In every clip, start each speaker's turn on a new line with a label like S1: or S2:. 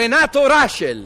S1: Renato Raschel.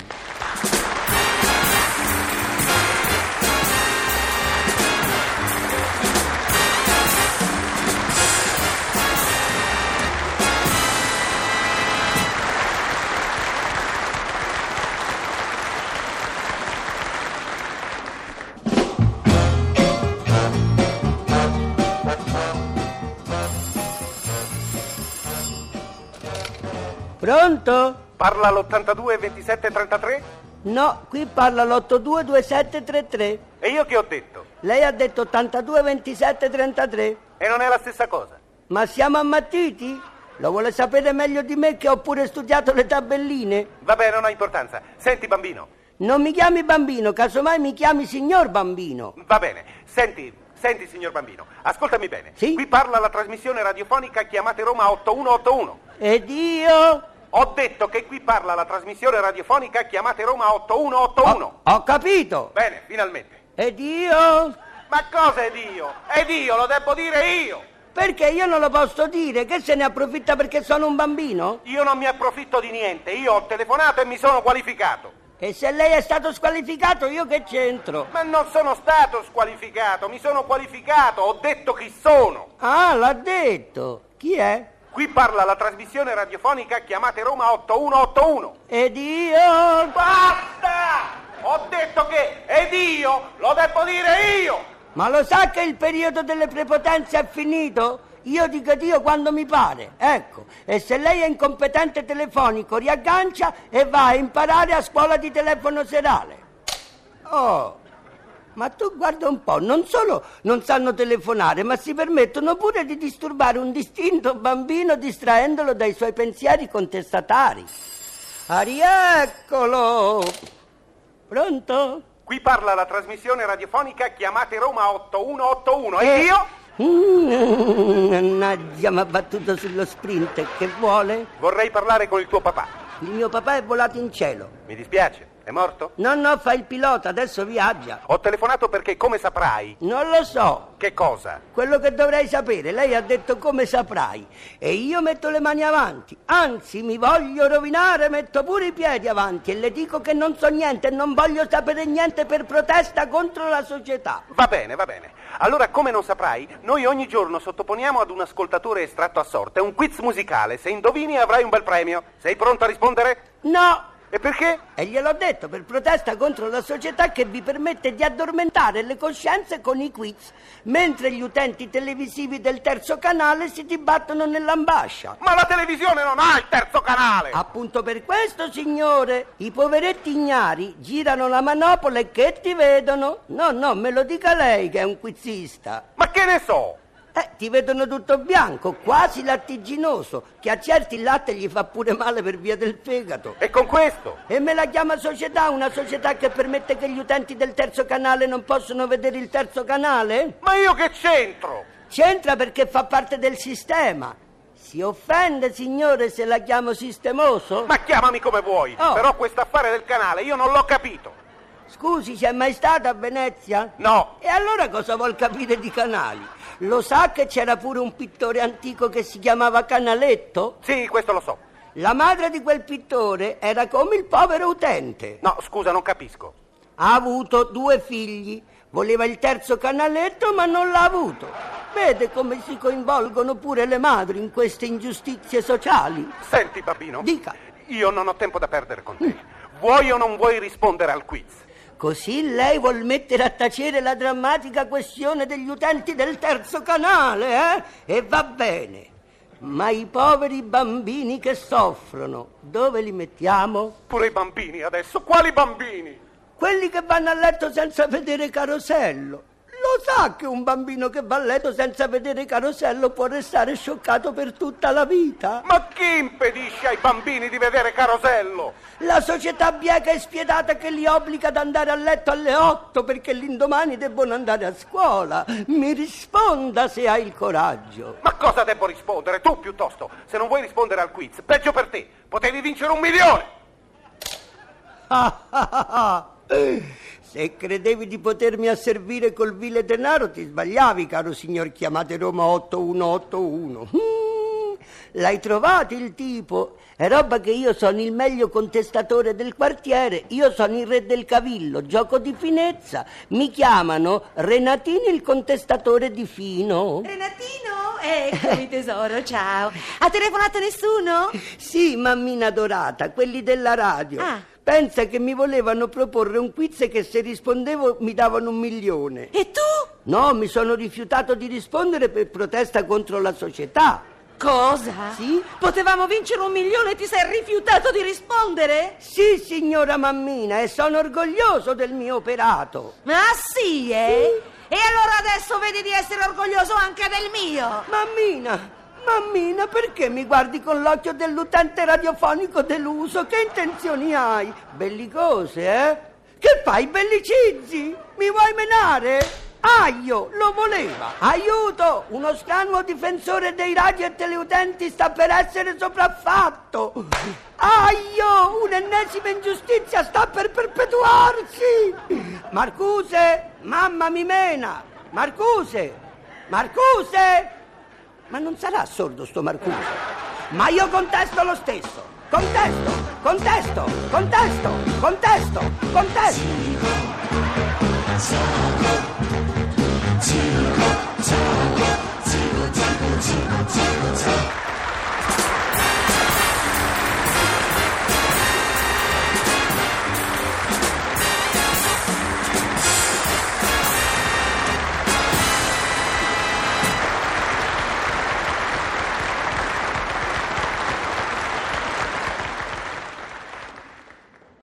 S2: Pronto?
S3: Parla l'82 27 33
S2: No, qui parla l'822733.
S3: e io che ho detto?
S2: Lei ha detto 82 27 33.
S3: E non è la stessa cosa.
S2: Ma siamo ammattiti? Lo vuole sapere meglio di me che ho pure studiato le tabelline?
S3: Vabbè, non ha importanza. Senti bambino,
S2: Non mi chiami bambino, casomai mi chiami signor bambino.
S3: va bene. Senti, senti signor bambino, ascoltami bene.
S2: Sì?
S3: Qui parla la trasmissione radiofonica Chiamate Roma 8181.
S2: Ed io?
S3: Ho detto che qui parla la trasmissione radiofonica Chiamate Roma 8181.
S2: Ho, ho capito.
S3: Bene, finalmente.
S2: Ed io?
S3: Ma cosa è Dio? È Dio, lo devo dire io.
S2: Perché io non lo posso dire? Che se ne approfitta perché sono un bambino?
S3: Io non mi approfitto di niente, io ho telefonato e mi sono qualificato.
S2: E se lei è stato squalificato, io che c'entro?
S3: Ma non sono stato squalificato, mi sono qualificato, ho detto chi sono.
S2: Ah, l'ha detto. Chi è?
S3: Qui parla la trasmissione radiofonica Chiamate Roma 8181.
S2: Ed io?
S3: Basta! Ho detto che ed io lo devo dire io!
S2: Ma lo sa che il periodo delle prepotenze è finito? Io dico Dio quando mi pare, ecco. E se lei è incompetente telefonico, riaggancia e va a imparare a scuola di telefono serale. Oh, ma tu guarda un po', non solo non sanno telefonare, ma si permettono pure di disturbare un distinto bambino distraendolo dai suoi pensieri contestatari. Arieccolo! Pronto?
S3: Qui parla la trasmissione radiofonica Chiamate Roma 8181 e io
S2: Mm, Mannaggia, mi ha battuto sullo sprint. Che vuole?
S3: vorrei parlare con il tuo papà.
S2: Il mio papà è volato in cielo.
S3: Mi dispiace, è morto?
S2: No, no, fa il pilota, adesso viaggia.
S3: Ho telefonato perché come saprai
S2: Non lo so.
S3: che cosa?
S2: Quello che dovrei sapere, lei ha detto come saprai. E io metto le mani avanti. Anzi, mi voglio rovinare, metto pure i piedi avanti e le dico che non so niente e non voglio sapere niente per protesta contro la società.
S3: Va bene, va bene. Allora, come non saprai, noi ogni giorno sottoponiamo ad un ascoltatore estratto a sorte un quiz musicale. Se indovini avrai un bel premio. Sei pronto a rispondere?
S2: No!
S3: E perché?
S2: E gliel'ho detto per protesta contro la società che vi permette di addormentare le coscienze con i quiz, mentre gli utenti televisivi del terzo canale si dibattono nell'ambascia.
S3: Ma la televisione non ha il terzo canale!
S2: Appunto per questo, signore, i poveretti ignari girano la manopola e che ti vedono? No, no, me lo dica lei che è un quizzista.
S3: Ma che ne so?
S2: Eh, ti vedono tutto bianco, quasi lattiginoso, che a certi il latte gli fa pure male per via del fegato.
S3: E con questo?
S2: E me la chiama società, una società che permette che gli utenti del terzo canale non possono vedere il terzo canale?
S3: Ma io che c'entro?
S2: C'entra perché fa parte del sistema. Si offende, signore, se la chiamo sistemoso?
S3: Ma chiamami come vuoi,
S2: Oh.
S3: però quest'affare del canale io non l'ho capito.
S2: Scusi, c'è mai stata a Venezia?
S3: No,
S2: E allora cosa vuol capire di canali? Lo sa che c'era pure un pittore antico che si chiamava Canaletto?
S3: sì, questo lo so.
S2: La madre di quel pittore era come il povero utente.
S3: No, scusa, non capisco.
S2: Ha avuto due figli. Voleva il terzo canaletto, ma non l'ha avuto. Vede come si coinvolgono pure le madri in queste ingiustizie sociali.
S3: Senti, babbino.
S2: Dica.
S3: Io non ho tempo da perdere con te. Vuoi o non vuoi rispondere al quiz?
S2: Così lei vuol mettere a tacere la drammatica questione degli utenti del terzo canale, eh? E va bene. Ma i poveri bambini che soffrono, dove li mettiamo?
S3: Pure i bambini adesso, quali bambini?
S2: Quelli che vanno a letto senza vedere Carosello. Lo sa che un bambino che va a letto senza vedere Carosello può restare scioccato per tutta la vita?
S3: Ma chi impedisce ai bambini di vedere Carosello?
S2: La società bieca e spietata che li obbliga ad andare a letto alle 8 perché l'indomani debbono andare a scuola. Mi risponda se ha il coraggio.
S3: Ma cosa devo rispondere? Tu piuttosto, se non vuoi rispondere al quiz, peggio per te, potevi vincere un milione!
S2: Ah, ah, ah, ah. Se credevi di potermi asservire col vile denaro ti sbagliavi, caro signor chiamate Roma 8181. Mm, L'hai trovato il tipo? È roba che io sono il meglio contestatore del quartiere, io sono il re del cavillo, gioco di finezza. Mi chiamano Renatini il contestatore di fino.
S1: Renatino, eccomi tesoro, ciao. Ha telefonato nessuno?
S2: Sì, mammina dorata, quelli della radio.
S1: Ah.
S2: Pensa che mi volevano proporre un quiz che se rispondevo mi davano un milione.
S1: E tu?
S2: No, mi sono rifiutato di rispondere per protesta contro la società.
S1: Cosa?
S2: Sì.
S1: Potevamo vincere un milione e ti sei rifiutato di rispondere?
S2: Sì, signora mammina, e sono orgoglioso del mio operato.
S1: Ma Ah, sì, eh? E allora adesso vedi di essere orgoglioso anche del mio.
S2: Mammina, mammina, perché mi guardi con l'occhio dell'utente radiofonico deluso? Che intenzioni hai? Bellicose, eh? Che fai, bellicizzi? Mi vuoi menare? Aglio, lo voleva. Aiuto, uno stranuo difensore dei radio e teleutenti sta per essere sopraffatto. Aglio, un'ennesima ingiustizia sta per perpetuarsi. Marcuse, mamma mi mena. Marcuse, Marcuse. Ma non sarà sordo sto Marcuse. Ma io contesto lo stesso. Contesto, contesto, contesto, contesto, contesto.
S4: Zero, zero,